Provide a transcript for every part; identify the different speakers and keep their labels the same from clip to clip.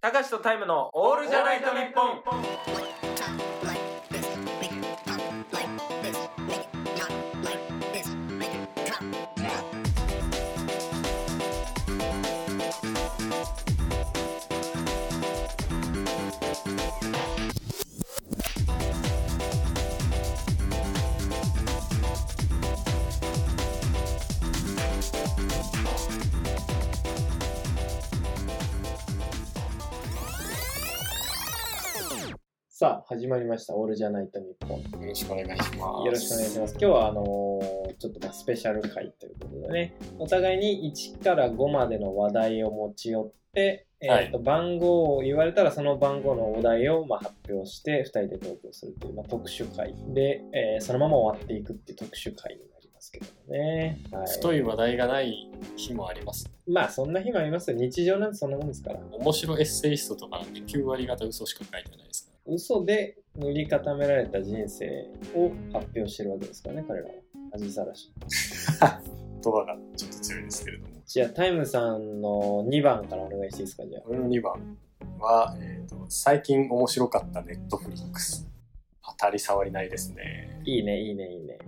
Speaker 1: たかしとタイムのオールじゃないと日本。
Speaker 2: like this, make it pop like this, make it not like this, make it drop.
Speaker 3: さあ、始まりました。オールじゃないと日本。
Speaker 4: よろしくお願いします。
Speaker 3: よろしくお願いします。今日はあのーちょっとまあスペシャル回ということでね、お互いに1から5までの話題を持ち寄って、えーと番号を言われたらその番号のお題をまあ発表して2人で投票するという、まあ、特殊回で、えーそのまま終わっていくっていう特殊回になりますけどもね。は
Speaker 4: 太い話題がない日もあります。
Speaker 3: い、まあそんな日もありますよ。日常なんてそんなもんですから。
Speaker 4: 面白エッセイストとかなんて9割方嘘しか書いてないですか
Speaker 3: 嘘で塗り固められた人生を発表してるわけですからね、彼らは。恥さらし。
Speaker 4: ら。言葉がちょっと強いですけれども。
Speaker 3: じゃあ、タイムさんの2番からお願いしていいですか、じゃあ。
Speaker 4: 俺の2番は、えーと、最近面白かったネットフリックス。当たり障りないですね。
Speaker 3: いいね、いいね、いいね。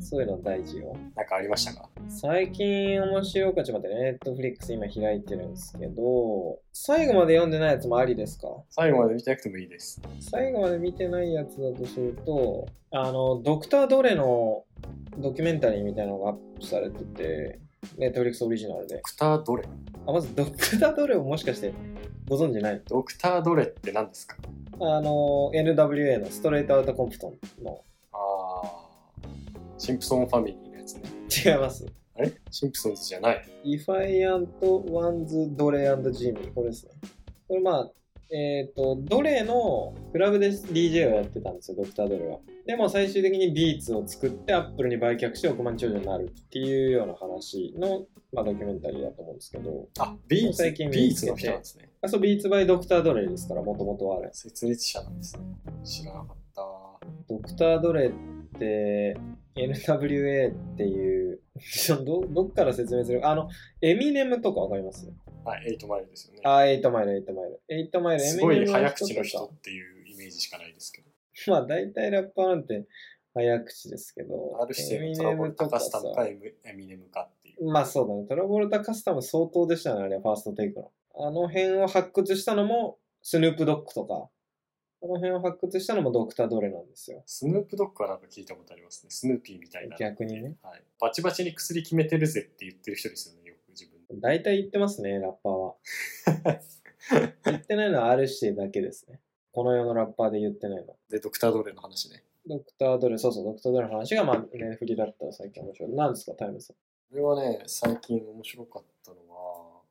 Speaker 3: そういうの大事よ。
Speaker 4: なんかありましたか
Speaker 3: 最近面白いかちょっと待ってね、ネットフリックス今開いてるんですけど、最後まで読んでないやつもありですか
Speaker 4: 最後まで見てなくてもいいです。
Speaker 3: 最後まで見てないやつだとすると、あの、ドクター・ドレのドキュメンタリーみたいなのがアップされてて、ネットフリックスオリジナルで
Speaker 4: ド。クタードレ
Speaker 3: あ、まずドクター・ドレをもしかしてご存知ない
Speaker 4: ドクタードレって何ですか
Speaker 3: あの、NWA のストレート・アウト・コンプトンの。
Speaker 4: あー、シンプソンファミリーのやつね。
Speaker 3: 違います。
Speaker 4: あれシンプソンズじゃない。
Speaker 3: ディファイアント・ワンズ・ドレジミー。これですね。これまあ、えっ、と、ドレのクラブで DJ をやってたんですよ、ドクター・ドレは。でも最終的にビーツを作ってアップルに売却して億万長者になるっていうような話の、まあ、ドキュメンタリーだと思うんですけど、
Speaker 4: あ、ビーツ、
Speaker 3: 最近
Speaker 4: ビ
Speaker 3: 見
Speaker 4: ー
Speaker 3: つ
Speaker 4: ツ
Speaker 3: けて
Speaker 4: の人なんですね。
Speaker 3: あそう、ビーツ・バイ・ドクター・ドレですから、もともとはあれ。
Speaker 4: 設立者なんですね。知らなかった。
Speaker 3: ドクター・ドレって、NWA っていう、 ど、どっから説明するあの、エミネムとかわかります
Speaker 4: はい、エイトマイルですよね。
Speaker 3: あ、エイトマイル、エイトマイル。エイトマイル、
Speaker 4: すご
Speaker 3: エミネ
Speaker 4: い
Speaker 3: ムとか
Speaker 4: 早口の人っていうイメージしかないですけど。
Speaker 3: まあ大体ラッパーなんて早口ですけど、
Speaker 4: R 姿勢のトラボルタ・カスタムかエミエミネムかっていう。
Speaker 3: まあそうだね、トラボルタカスタム相当でしたね、あれ、ファーストテイクの。あの辺を発掘したのも、スヌープドッグとか、あの辺を発掘したのもドクター・ドレなんですよ。
Speaker 4: スヌープドッグはなんか聞いたことありますね。スヌーピーみたいな。
Speaker 3: 逆にね。
Speaker 4: はい。バチバチに薬決めてるぜって言ってる人ですよね、よく自分で。
Speaker 3: 大体言ってますね、ラッパー は。言ってないのは R 姿勢だけですね。この世のラッパーで言ってないの。
Speaker 4: で、ドクター・ドレの話ね。
Speaker 3: ドクター・ドレ、そうそう、ドクター・ドレの話が、まあ、ね、振りだったら最近面白い。なんですか、タイムさん。
Speaker 4: これはね、最近面白かったのは、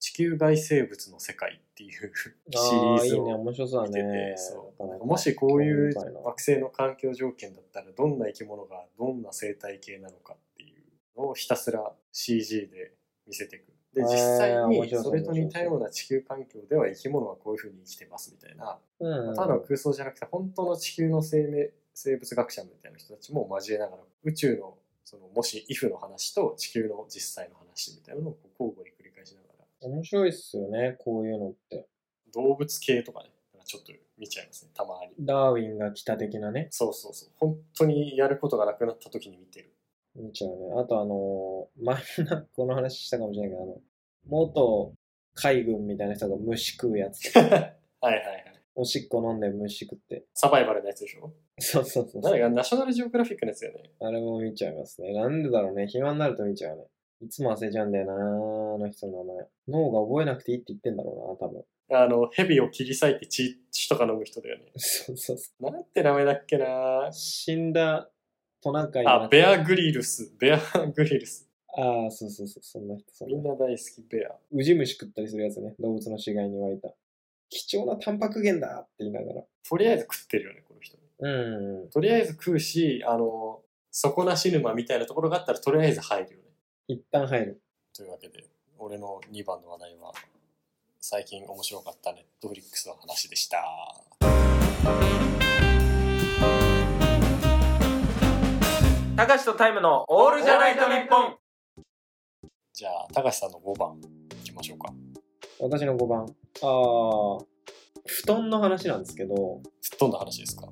Speaker 4: 地球外生物の世界っていうシ
Speaker 3: ああ
Speaker 4: リー
Speaker 3: いい
Speaker 4: ズ
Speaker 3: ね、
Speaker 4: を
Speaker 3: 面白そう
Speaker 4: 見
Speaker 3: だ
Speaker 4: て
Speaker 3: ね
Speaker 4: て。そう
Speaker 3: なかなか
Speaker 4: もしこういう
Speaker 3: 興味深な
Speaker 4: 惑星の環境条件だったらどんな生き物がどんな生態系なのかっていうのをひたすら CG で見せていくで
Speaker 3: へー
Speaker 4: 実際
Speaker 3: 面
Speaker 4: に
Speaker 3: 白そう
Speaker 4: それと似たような地球環境では生き物はこういうふうに生きてますみたいな
Speaker 3: うん、
Speaker 4: ただの空想じゃなくて本当の地球の生命生物学者みたいな人たちも交えながら宇宙のそのもし if の話と地球の実際の話みたいなのをこう交互に繰り返しながら
Speaker 3: 面白いっすよね、こういうのって。
Speaker 4: 動物系とかねなんかちょっと見ちゃいますねたまに。
Speaker 3: ダーウィンが来た的なね。
Speaker 4: そうそうそう。本当にやることがなくなった時に見てる。
Speaker 3: 見ちゃうね。あとあのー、 前もなんかこの話したかもしれないけど、あの、元海軍みたいな人が虫食うや つとか。
Speaker 4: はいはいはい。
Speaker 3: おしっこ飲んで虫食って。
Speaker 4: サバイバルのやつでしょ
Speaker 3: そうそうそう
Speaker 4: 誰がナショナルジオグラフィックのやつだよね。
Speaker 3: あれも見ちゃいますね。なんでだろうね。暇になると見ちゃうね。いつも忘れちゃうんだよなあの人の名前。脳が覚えなくていいって言ってんだろうな、多分。
Speaker 4: あの、蛇を切り裂いて血血とか飲む人だよね。
Speaker 3: そうそうそ
Speaker 4: なんて名前だっけな
Speaker 3: う。死んだトナカイ
Speaker 4: あ、ベアグリルス。ベアグリルス。
Speaker 3: ああ、そうそうそう、そんな人、そん
Speaker 4: み
Speaker 3: なん人。
Speaker 4: な大好き、ベア。
Speaker 3: ウジ虫食ったりするやつね、動物の死骸に湧いた。貴重なタンパク源だって言いながら。
Speaker 4: とりあえず食ってるよね、この人。
Speaker 3: うん。
Speaker 4: とりあえず食うし、あの、底なし沼みたいなところがあったらとりあえず入るよね。
Speaker 3: 一旦入る。
Speaker 4: というわけで、俺の2番の話題は、最近面白かったネットフリックスの話でした。
Speaker 1: たかしとタイムのオールじゃないと日本
Speaker 4: じゃあ、高橋さんの5番いきましょうか。
Speaker 3: 私の5番。ああ、布団の話なんですけど、
Speaker 4: 吹っ飛んだ話ですか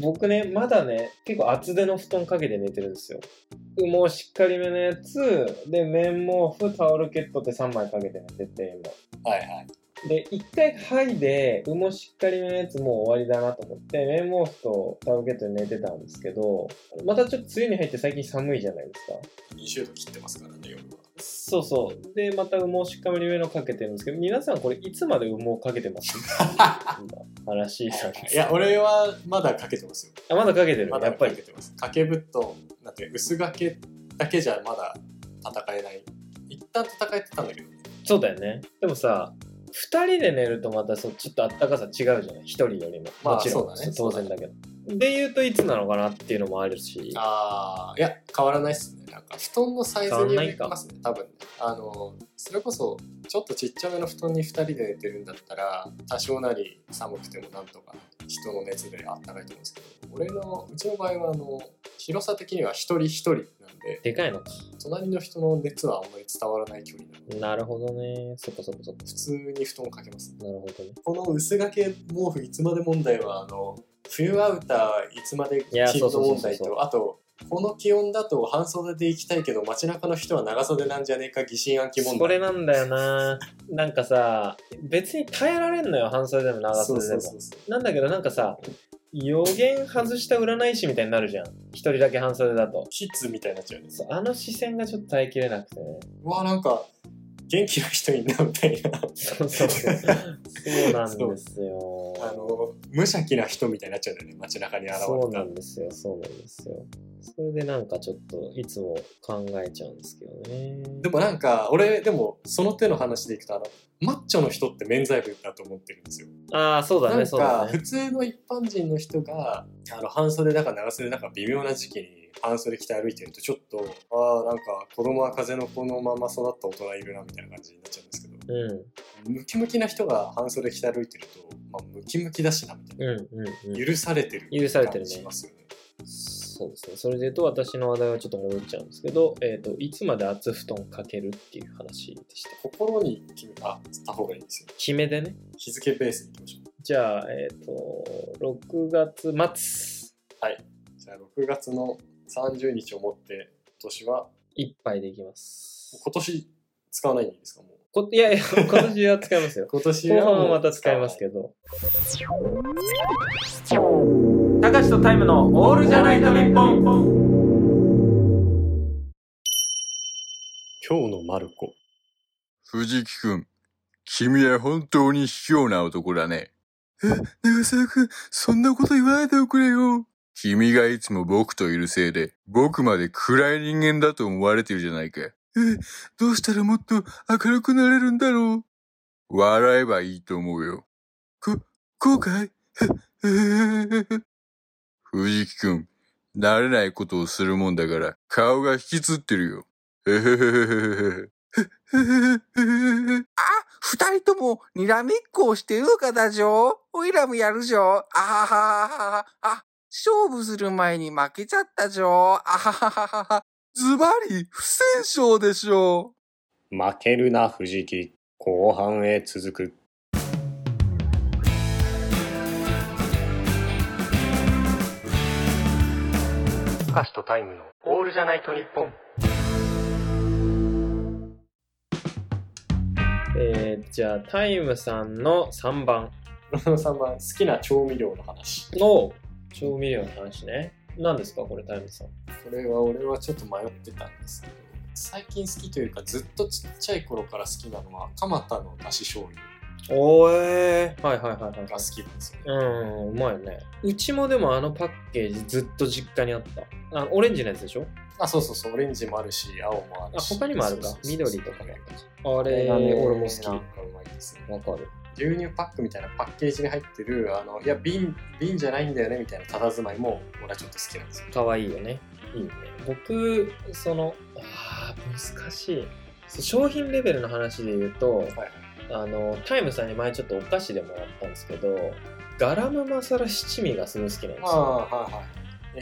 Speaker 3: 僕ね、まだね、結構厚手の布団かけて寝てるんですよ。もうしっかりめのやつ、で、綿毛布、タオルケットって3枚かけて寝てて、今。
Speaker 4: はいはい。
Speaker 3: で、一回剥いで、羽毛しっかりめのやつもう終わりだなと思って、綿毛布とタオルケットで寝てたんですけど、またちょっと梅雨に入って最近寒いじゃないですか。
Speaker 4: 20度切ってますからね、夜は。
Speaker 3: そうそう。で、また羽毛しっかりめのかけてるんですけど、皆さんこれいつまで羽毛かけてます 今話なんですけど
Speaker 4: いや、俺はまだかけてますよ。
Speaker 3: あまだかけてる、
Speaker 4: まだ
Speaker 3: やっぱ
Speaker 4: かけ
Speaker 3: り。
Speaker 4: てます。掛け布団、なんて薄掛けだけじゃまだ戦えない。一旦戦えてたんだけどね。
Speaker 3: そうだよね。でもさ、二人で寝るとまたそうちょっとあったかさ違うじゃない一人よりも。
Speaker 4: まあ
Speaker 3: もちろん、
Speaker 4: そうだね
Speaker 3: 当然だけど。で言うといつなのかなっていうのもあるし。
Speaker 4: ああ、いや、変わらないっすね。なんか、布団のサイズによりますね、多分ね。あの、それこそ、ちょっとちっちゃめの布団に2人で寝てるんだったら、多少なり寒くてもなんとか人の熱であったかいと思うんですけど、俺の、うちの場合は、あの、広さ的には一人一人なんで、
Speaker 3: でかいのか。
Speaker 4: 隣の人の熱はあんまり伝わらない距離なので、
Speaker 3: なるほどね。そこそこそこ。
Speaker 4: 普通に布団をかけます。
Speaker 3: なるほどね。
Speaker 4: この薄掛け毛布いつまで問題はあの冬アウターいつまで
Speaker 3: いや
Speaker 4: 着
Speaker 3: そう
Speaker 4: る
Speaker 3: そうそう
Speaker 4: 問
Speaker 3: そう
Speaker 4: 題とあとこの気温だと半袖で行きたいけど街中の人は長袖なんじゃねえか疑心暗鬼問題
Speaker 3: それなんだよな。なんかさ、別に耐えられんのよ、半袖でも長
Speaker 4: そう
Speaker 3: 袖で
Speaker 4: そう
Speaker 3: も
Speaker 4: そ。うそう
Speaker 3: なんだけどなんかさ、予言外した占い師みたいになるじゃん。一人だけ半袖だと。
Speaker 4: キッズみたいになっちゃうね
Speaker 3: そうあの視線がちょっと耐えきれなくてね。
Speaker 4: うわなんか元気な人いんなみたいな
Speaker 3: そうそうそう。そうなんですよ。
Speaker 4: あの無邪気な人みたいになっちゃうんだよね街中に現れた
Speaker 3: そうなんですよ、そうなんですよ。それでなんかちょっといつも考えちゃうんですけどね。
Speaker 4: でもなんか俺でもその手の話でいくとあのマッチョの人って免罪符だと思ってるんですよ
Speaker 3: ああ、そうだ
Speaker 4: な
Speaker 3: ね、
Speaker 4: ん
Speaker 3: そう
Speaker 4: か
Speaker 3: だね
Speaker 4: 普。通の一般人の人があの半袖だか長袖だか微妙な時期に半袖着て歩いてるとちょっとああなんか子供は風の子のまま育った大人いるなみたいな感じになっちゃうんですけど
Speaker 3: うん、
Speaker 4: ムキムキな人が半袖着て歩いてると、まあ、ムキムキだしなみたいな、
Speaker 3: うん、うん、うん。
Speaker 4: 許されてる
Speaker 3: 許されてるね
Speaker 4: しますよね
Speaker 3: そうですね。それで言うと私の話題はちょっと戻っちゃうんですけど、えっ、と、いつまで厚布団かけるっていう話でした。
Speaker 4: 心に決めあった方がいいんですよ
Speaker 3: 決めでね。
Speaker 4: 日付ベースにいきましょ
Speaker 3: じゃあ、えっ、と、6月末
Speaker 4: うじゃあ6月の30日をもって今年はい
Speaker 3: っぱいでいきます。
Speaker 4: 今年使わないんですかもう
Speaker 3: こいやいや、今年は 使いますよ。
Speaker 4: 今年
Speaker 3: 後
Speaker 4: はもう
Speaker 3: 半はまた使いますけど。
Speaker 1: たかしとタイムのオールじゃないと日本
Speaker 4: 今日のマルコ
Speaker 5: 藤木くん、君は本当に卑怯な男だね。え、長沢くん、そんなこと言わないでおくれよ。君がいつも僕といるせいで、僕まで暗い人間だと思われてるじゃないか。え、どうしたらもっと明るくなれるんだろう。笑えばいいと思うよ。こ、後悔 藤木くん、慣れないことをするもんだから、顔が引きつってるよ。えへへへへへへ。 あ、二人ともにらめっこをしてうかだじょおいらもやるじょあはははは。あ、勝負する前に負けちゃったじょあはははは。ズバリ、不戦勝でしょ
Speaker 4: 負けるな藤木後半へ続く
Speaker 1: たかしとタイムのオールじゃないと日本
Speaker 3: えー、じゃあ、タイムさんの3番。
Speaker 4: 野さんは好きな調味料の話
Speaker 3: の調味料の話ね。何ですかこれ、タイムさん。
Speaker 4: これは俺はちょっと迷ってたんですけど最近好きというかずっとちっちゃい頃から好きなのは蒲田のだし醤油
Speaker 3: おえー。はいはいはいはい
Speaker 4: が。好きなんですよね
Speaker 3: うん、うまいよね。うちもでもあのパッケージずっと実家にあった。あオレンジのやつでしょ
Speaker 4: あそうそうそうオレンジもあるし青もあ
Speaker 3: あ、
Speaker 4: るし
Speaker 3: 他にもあるか
Speaker 4: そう。そうそう
Speaker 3: 緑とかのやつあ
Speaker 4: これ
Speaker 3: れ
Speaker 4: が
Speaker 3: が
Speaker 4: ね
Speaker 3: ね、
Speaker 4: 俺
Speaker 3: 俺
Speaker 4: も
Speaker 3: も
Speaker 4: 好き
Speaker 3: 好
Speaker 4: うまいですね
Speaker 3: き。わかる。
Speaker 4: 牛乳パックみたいなパッケージに入ってるあのいや瓶瓶じゃないんだよねみたいな佇まいも俺はちょっと好きなんですよ
Speaker 3: かわいいよね。いいね。僕、その、あー難しい。そう商品レベルの話で言うと、
Speaker 4: はい
Speaker 3: あの、タイムさんに前ちょっとお菓子でもらったんですけど、ガラムマサラ七味がすごい好きなんですよ。
Speaker 4: ああはいはい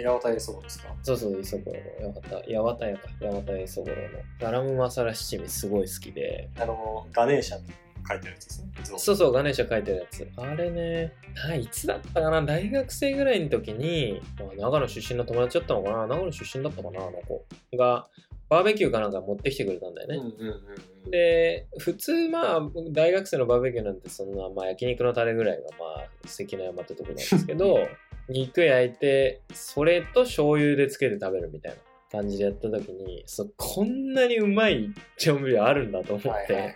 Speaker 4: 八幡栄そばですか
Speaker 3: そうそう、磯五郎の八幡、八幡屋か、八幡屋磯五郎の。ガラムマサラ七味すごい好きで。
Speaker 4: あの、ガネーシャって書いてあるやつですね。像
Speaker 3: そうそう、ガネーシャ書いてるやつ。あれね、ないつだったかな大学生ぐらいの時に、まあ長野出身の友達だったのかな長野出身だったかなあの子が、バーベキューかなんか持ってきてくれたんだよね。
Speaker 4: うんうんうんうん。
Speaker 3: で普通まあ大学生のバーベキューなんてそんな、まあ、焼肉のタレぐらいがまあ関の山ってとこなんですけど 肉焼いてそれと醤油でつけて食べるみたいな感じでやった時にそうこんなにうまい調味料あるんだと思って、
Speaker 4: はいはいはいはい。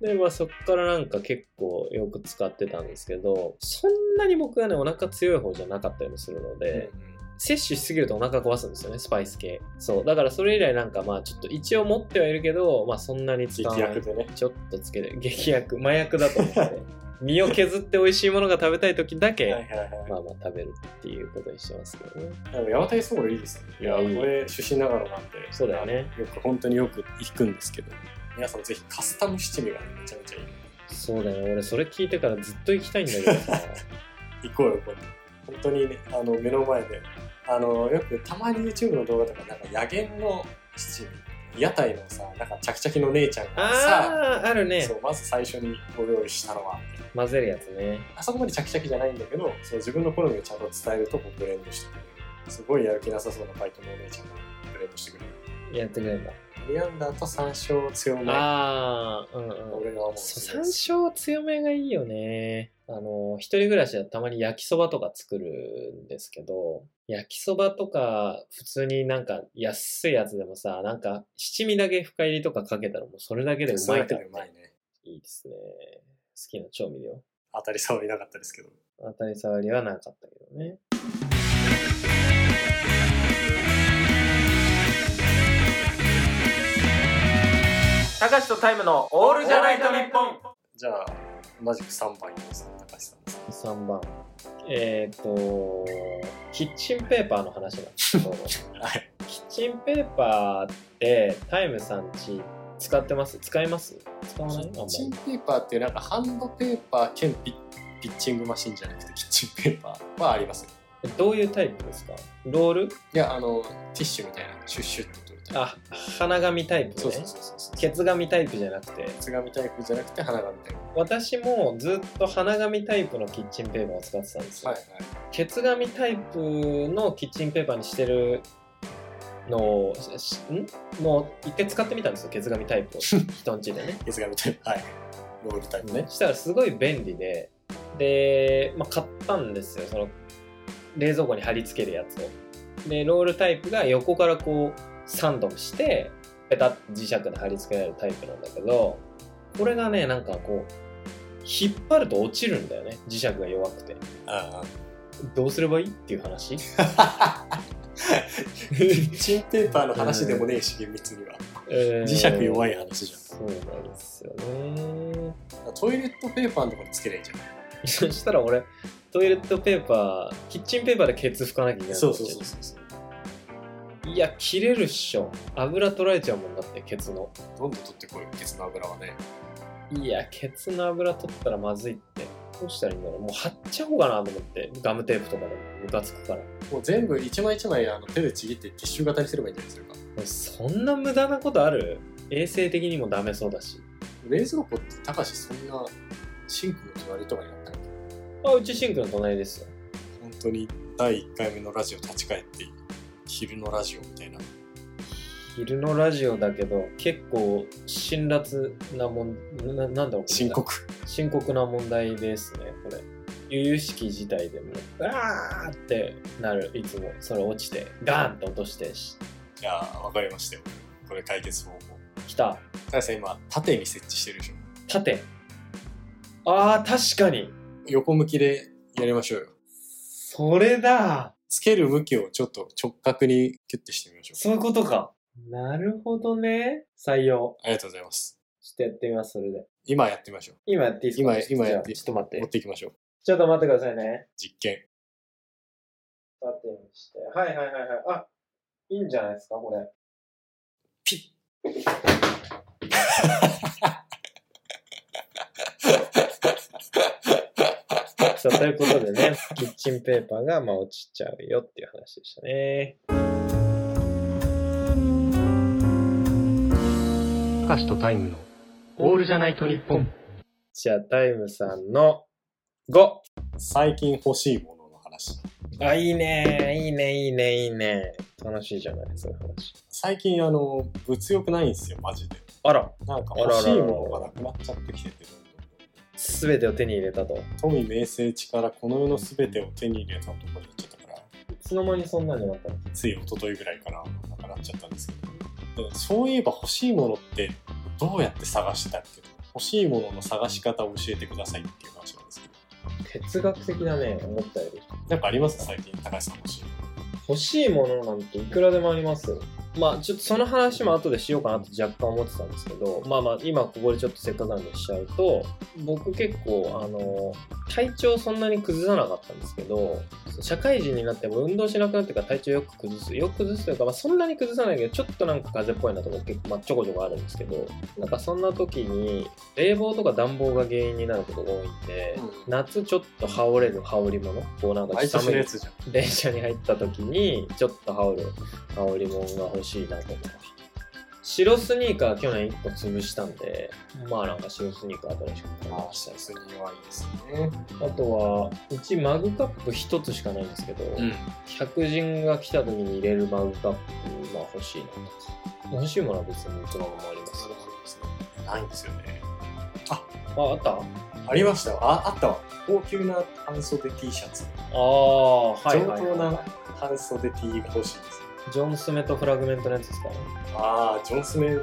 Speaker 3: でまあそっからなんか結構よく使ってたんですけどそんなに僕はねお腹強い方じゃなかったりもするので、
Speaker 4: うんうん
Speaker 3: 摂取しすぎるとお腹壊すんですよねスパイス系そうだからそれ以来なんかまあちょっと一応持ってはいるけどまあそんなに使わ
Speaker 4: 劇
Speaker 3: ない
Speaker 4: 薬でね。
Speaker 3: ちょっとつけて劇薬麻薬だと思 って身を削って美味しいものが食べたい時だけ、
Speaker 4: はいはいはい。
Speaker 3: まあまあ食べるっていうことにしてますけどね
Speaker 4: でも八幡屋そばいいですよね。いや、
Speaker 3: いやいい
Speaker 4: これ出身ながらなんで、
Speaker 3: そうだよね
Speaker 4: よく本当によく行くんですけど、皆さんぜひカスタム七味がねめちゃめちゃいい。
Speaker 3: そうだよね俺それ聞いてからずっと行きたいんだけど さ
Speaker 4: 行こうよ、これ。本当にね、あの、目の前で。あの、よくたまに YouTube の動画とか、なんか野源の七味、屋台のさ、なんかチャキチャキの姉ちゃんがさ、
Speaker 3: あーあるね
Speaker 4: そうまず最初にご用意したのは、
Speaker 3: 混ぜるやつね
Speaker 4: あそこまでチャキチャキじゃないんだけど、そう自分の好みをちゃんと伝えるとこうブレンドしてくれる。すごいやる気なさそうなバイトのお姉ちゃんがブレンドしてくれる。
Speaker 3: やってくれるんだ、
Speaker 4: リアンダーと山椒強め。
Speaker 3: ああうんうん
Speaker 4: 俺が思う。
Speaker 3: そう山椒強めがいいよねあの一人暮らしはたまに焼きそばとか作るんですけど焼きそばとか普通になんか安いやつでもさなんか七味だけ深入りとかかけたらもうそれだけでうまいから
Speaker 4: うまいね。
Speaker 3: いいですね好きな調味料
Speaker 4: 当たり障りなかったですけど。
Speaker 3: 当たり障りはなかったけどね
Speaker 1: たかしとタイムのオールじゃないと日本
Speaker 4: じゃあ、同じく3番にさん、高橋さんです。
Speaker 3: 3番えっ、とキッチンペーパーの話なんですけど
Speaker 4: はい。
Speaker 3: キッチンペーパーってタイムさんち使ってます使います使わないあん
Speaker 4: キ
Speaker 3: ま
Speaker 4: ッチン
Speaker 3: り
Speaker 4: ペーパーっていうなんかハンドペーパー兼ピピッチングマシンじゃなくてキッチンペーパーはありますよ。
Speaker 3: どういうタイプですかロール
Speaker 4: いや、あの、ティッシュみたいな、シュッシュって取るタイプ。
Speaker 3: あ花紙タイプね
Speaker 4: そうそうそうそうそう。
Speaker 3: ケツ紙タイプじゃなくて
Speaker 4: つがみタイプじゃなくて花紙タイ
Speaker 3: 私もずっと花紙タイプのキッチンペーパーを使ってたんです
Speaker 4: プ。
Speaker 3: よ、
Speaker 4: はいはい。
Speaker 3: ケツ紙タイプのキッチンペーパーにしてるのをしんもう一回使ってみたんですよケツ紙タイプを人んちでね
Speaker 4: つがみタイプ。はい。ロールタイプね。
Speaker 3: したらすごい便利でで、まあ、買ったんですよその冷蔵庫に貼り付けるやつをでロールタイプが横からこうサンドしてペタッと磁石で貼り付けられるタイプなんだけどこれがねなんかこう引っ張ると落ちるんだよね磁石が弱くて
Speaker 4: ああ。
Speaker 3: どうすればいいっていう 話
Speaker 4: キッチンペーパーの話でもねえし、厳密には。
Speaker 3: 磁
Speaker 4: 磁石弱い話じゃん
Speaker 3: そうなんですよね
Speaker 4: トイレットペーパーのところにつけりゃいいじゃん。
Speaker 3: そしたら俺トイレットペーパーキッチンペーパーでケツ拭かなきゃいけない
Speaker 4: そうそうそうそう。
Speaker 3: いや切れるっしょ油取られちゃうもんだってケツの
Speaker 4: どんどん取ってこいよ、ケツの油はね。
Speaker 3: いやケツの油取ったらまずいってどうしたらいいんだろうもう貼っちゃおうかなと思ってガムテープとかでもムカつくからも
Speaker 4: もう全部一枚一枚あの手でちぎってティッシュ型にすればいいんじゃないですか。
Speaker 3: うそんな無駄なことある衛生的にもダメそうだし
Speaker 4: 冷蔵庫って、たかしそんなシンクの隣とかにあったの
Speaker 3: あうちシンクの隣ですよ
Speaker 4: 本当に第1回目のラジオ立ち返って、昼のラジオみたいな。
Speaker 3: 昼のラジオだけど結構辛辣なもんななんだろうこれ
Speaker 4: 深刻。
Speaker 3: 深刻な問題ですねこれ由々しき事態でもうわーってなるいつもそれ落ちてガーンと落としてし
Speaker 4: じゃあ、わかりましたよ。これ解決方法。
Speaker 3: 来た
Speaker 4: たかしさん、今、縦に設置してるでしょ。
Speaker 3: 縦あー確かに
Speaker 4: 横向きでやりましょうよ。
Speaker 3: それだ
Speaker 4: つける向きをちょっと直角にキュッてしてみましょう。
Speaker 3: そういうことかなるほどね採用
Speaker 4: ありがとうございます。
Speaker 3: ちょっとやってみますそれで
Speaker 4: 今やってみましょう。
Speaker 3: 今やっていいですか
Speaker 4: 今今やって
Speaker 3: じゃあちょっと待っ
Speaker 4: 持ってていきましょう。
Speaker 3: ちょっと待ってくださいね
Speaker 4: 実験。
Speaker 3: 縦にしてはいはいはいはいあいいんじゃないですかこれ
Speaker 4: ピッ
Speaker 3: そうということでね、キッチンペーパーがまあ落ちちゃうよっていう話でしたね。
Speaker 6: 明石とタイムのオールじゃないと日本
Speaker 3: じゃあ、タイムさんの5。
Speaker 4: 最近欲しいものの話。
Speaker 3: あ、いいね、いいね、いいね、いいね。楽しいじゃない、そういう話。
Speaker 4: 最近、あの、物欲ないんですよ、マジで。
Speaker 3: あら、
Speaker 4: なんか
Speaker 3: あらら
Speaker 4: 欲
Speaker 3: ら
Speaker 4: しいものがなくなっちゃってきてて、どんどん
Speaker 3: すべてを手に入れたと。
Speaker 4: 富名声力この世の全てを手に入れたところになっちゃったから
Speaker 3: いつの間にそんなになったの
Speaker 4: つい一昨日ぐらいからなくなっちゃったんですけどでそういえば欲しいものってどうやって探してたっけ欲しいものの探し方を教えてくださいっていう話なんですけど
Speaker 3: 哲学的だね、思ったより。
Speaker 4: なんかあります最近高橋さん欲しいもの
Speaker 3: 欲しいものなんていくらでもありますよまあちょっとその話も後でしようかなと若干思ってたんですけどまあまあ今ここでちょっとせっかくなんでしちゃうと僕結構あの体調そんなに崩さなかったんですけど社会人になっても運動しなくなってから体調よく崩すよく崩すというか、まあ、そんなに崩さないけどちょっとなんか風邪っぽいなとか結構、まあ、ちょこちょこあるんですけどなんかそんな時に冷房とか暖房が原因になることが多いんで、
Speaker 4: うん
Speaker 3: 夏ちょっと羽織れる羽織物こうなんか
Speaker 4: 愛車のやつじゃん
Speaker 3: 電車に入った時にちょっと羽織る羽織もんが欲しいなと思って白スニーカー去年1個潰したんでまあなんか白スニーカー新しく買い
Speaker 4: あ
Speaker 3: まし
Speaker 4: したすに弱いですね
Speaker 3: たあとはうちマグカップ1つしかないんですけど、客人が来た時に入れるマグカップまあ欲しいなとか欲しいものは別にいつのもあります
Speaker 4: ないんですよね
Speaker 3: ああったあ
Speaker 4: ありましたよああったわ高級な半袖 T シャツ
Speaker 3: あは
Speaker 4: 上
Speaker 3: いはい、
Speaker 4: 等
Speaker 3: は
Speaker 4: な半袖 T 欲しいですね
Speaker 3: い、ジョン・スメとフラグメントのやつですか
Speaker 4: ああ、ジョンスメで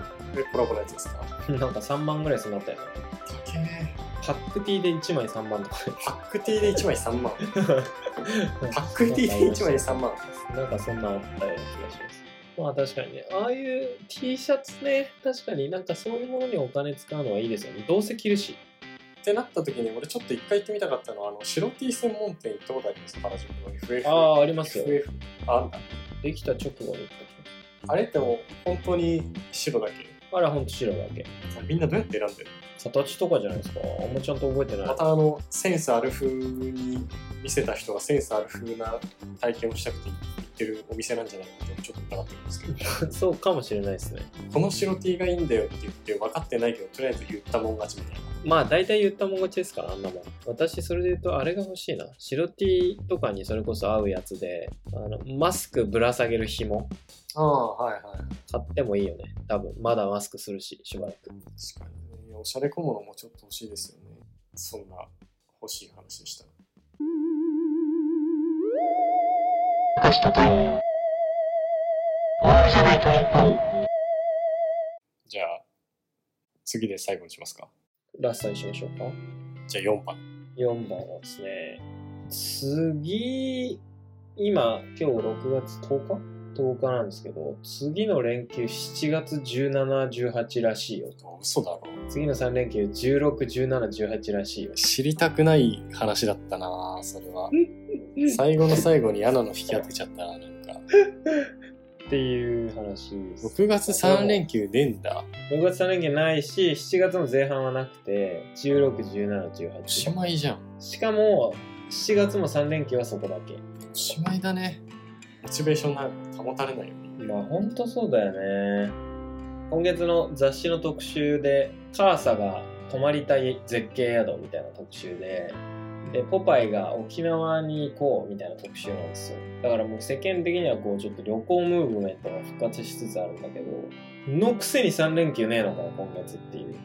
Speaker 4: コラボのやつですか
Speaker 3: なんか3万ぐらいするなったよね
Speaker 4: 高え。
Speaker 3: パックティーで1枚3万とか
Speaker 4: パックティーで1枚3万。パックティーで1枚3万。
Speaker 3: なんかそんなあったような気がします。まあ確かにね、ああいう T シャツね、確かになんかそういうものにお金使うのはいいですよね。どうせ着るし。
Speaker 4: ってなった時に、俺ちょっと一回行ってみたかったのは、あの、白 T 専門店行ったことあります原宿の FF。
Speaker 3: ああ、ありますよ。
Speaker 4: FF。あ
Speaker 3: できた直後に行っ
Speaker 4: あれってもう本当に白だけ。
Speaker 3: た。あら、ほんと白だけ。
Speaker 4: みんなどうやって選んでる
Speaker 3: 形とかじゃないですか。あんまちゃんと覚えてない
Speaker 4: ま。たあの、センスある風に見せた人がセンスある風な体験をしたくて行ってるお店なんじゃないかってちょっと疑ってるんですけど。
Speaker 3: そうかもしれないですね。
Speaker 4: この白 T がいいんだよって言って分かってないけどとりあえず言ったもん勝ちみたいな
Speaker 3: まあ大体言ったもん勝ちですから、あんなもん。私、それで言うと、あれが欲しいな。白 T とかにそれこそ合うやつで、あのマスクぶら下げる紐
Speaker 4: ああはいはい
Speaker 3: 買ってもいいよね。多分、まだマスクするし、しばらく。
Speaker 4: 確かにねおしゃれ小物もちょっと欲しいですよねそんな欲しい話でした
Speaker 6: 明石とタイムのオールじゃないと日本
Speaker 4: じゃあ次で最後にしますか
Speaker 3: ラストにしましょうか。
Speaker 4: じゃあ4番
Speaker 3: 4番はですね、次、今、今日6月10日 ?10 日なんですけど、次の連休7月17、18らしいよ。
Speaker 4: あ嘘だろ
Speaker 3: 次の3連休16、17、18らしいよ。
Speaker 4: 知りたくない話だったなそれは最後の最後に嫌なの引き当てちゃったななんか
Speaker 3: っていう話です。
Speaker 4: 6月3連休出んだ
Speaker 3: 6月3連休ないし、7月の前半はなくて、16、17、
Speaker 4: おし
Speaker 3: 18。
Speaker 4: まいじゃん
Speaker 3: しかも、7月も3連休はそこだけ。
Speaker 4: おしまいだねモチベーションが保たれないよね
Speaker 3: まあほんとそうだよね今月の雑誌の特集で「カーサが泊まりたい絶景宿」みたいな特集でで「ポパイが沖縄に行こう」みたいな特集なんですよだからもう世間的にはこうちょっと旅行ムーブメントが復活しつつあるんだけどのくせに3連休ねえのかよ今月っていう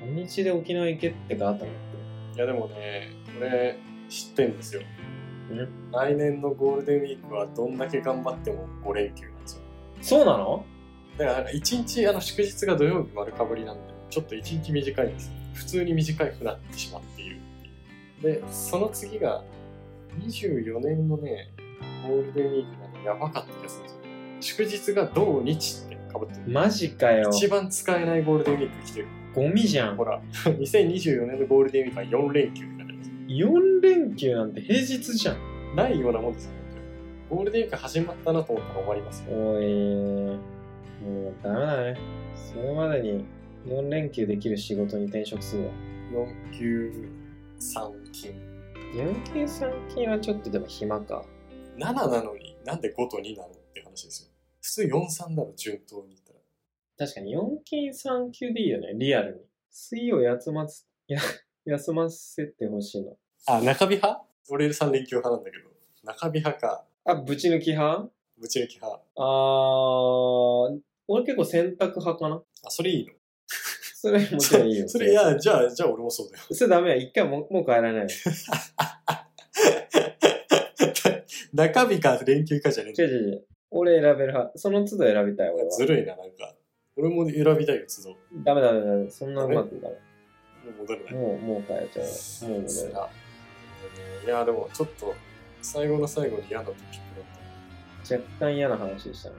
Speaker 3: 土日で沖縄行けってかと思っ
Speaker 4: いやでもね、これ知ってんですよ。
Speaker 3: てん
Speaker 4: 来年のゴールデンウィークはどんだけ頑張っても5連休なんですよ。
Speaker 3: そうなの
Speaker 4: だからなんか一日あの祝日が土曜日丸かぶりなんで、ちょっと一日短いんですよ。普通に短くなってしまっているっていう。で、その次が24年のね、ゴールデンウィークが、ね、やばかった気がするんですよ。祝日が土日ってかぶってる。
Speaker 3: マジかよ
Speaker 4: 一番使えないゴールデンウィーク来てる。
Speaker 3: ゴミじゃん
Speaker 4: ほら、2024年のゴールデンウィークは4連休ってなってます。
Speaker 3: 4連休なんて平日じゃん
Speaker 4: ないようなもんですよ、本当にゴールデンウィーク始まったなと思ったら終わりますよ。
Speaker 3: おい、もうダメだね。それまでに4連休できる仕事に転職するわ。
Speaker 4: 4級、3金、
Speaker 3: 純計算金はちょっとでも暇か。
Speaker 4: 7なのになんで5と2なのって話ですよ。普通4、3だろ、順当に言ったら。
Speaker 3: 確かに4金3級でいいよね、リアルに。水を休まつ、 や、休ませてほしいの。
Speaker 4: あ、中日派俺3連休派なんだけど。中日派か、
Speaker 3: あ、ぶち抜き派
Speaker 4: ぶち抜き派。
Speaker 3: あー、俺結構選択派かな。
Speaker 4: あ、それいいの
Speaker 3: それもちろんいいよ。
Speaker 4: それ、いや、じゃあ、じゃあ俺もそうだよ。
Speaker 3: それダメや。一回ももう帰らない。
Speaker 4: 中日か連休かじゃねえん
Speaker 3: 違う
Speaker 4: だよ
Speaker 3: 違う違う。俺選べる派。その都度選びたい、俺は。
Speaker 4: ずるいな、なんか。俺も選びたいよ、都度。も
Speaker 3: ダメダメダメ。そんなうまくいかな
Speaker 4: う戻れない
Speaker 3: い。。もう、もう帰っちゃう。もう戻
Speaker 4: つ
Speaker 3: る。
Speaker 4: らいや、でもちょっと、最後の最後に嫌な時だっ
Speaker 3: 若干嫌な話でしたね。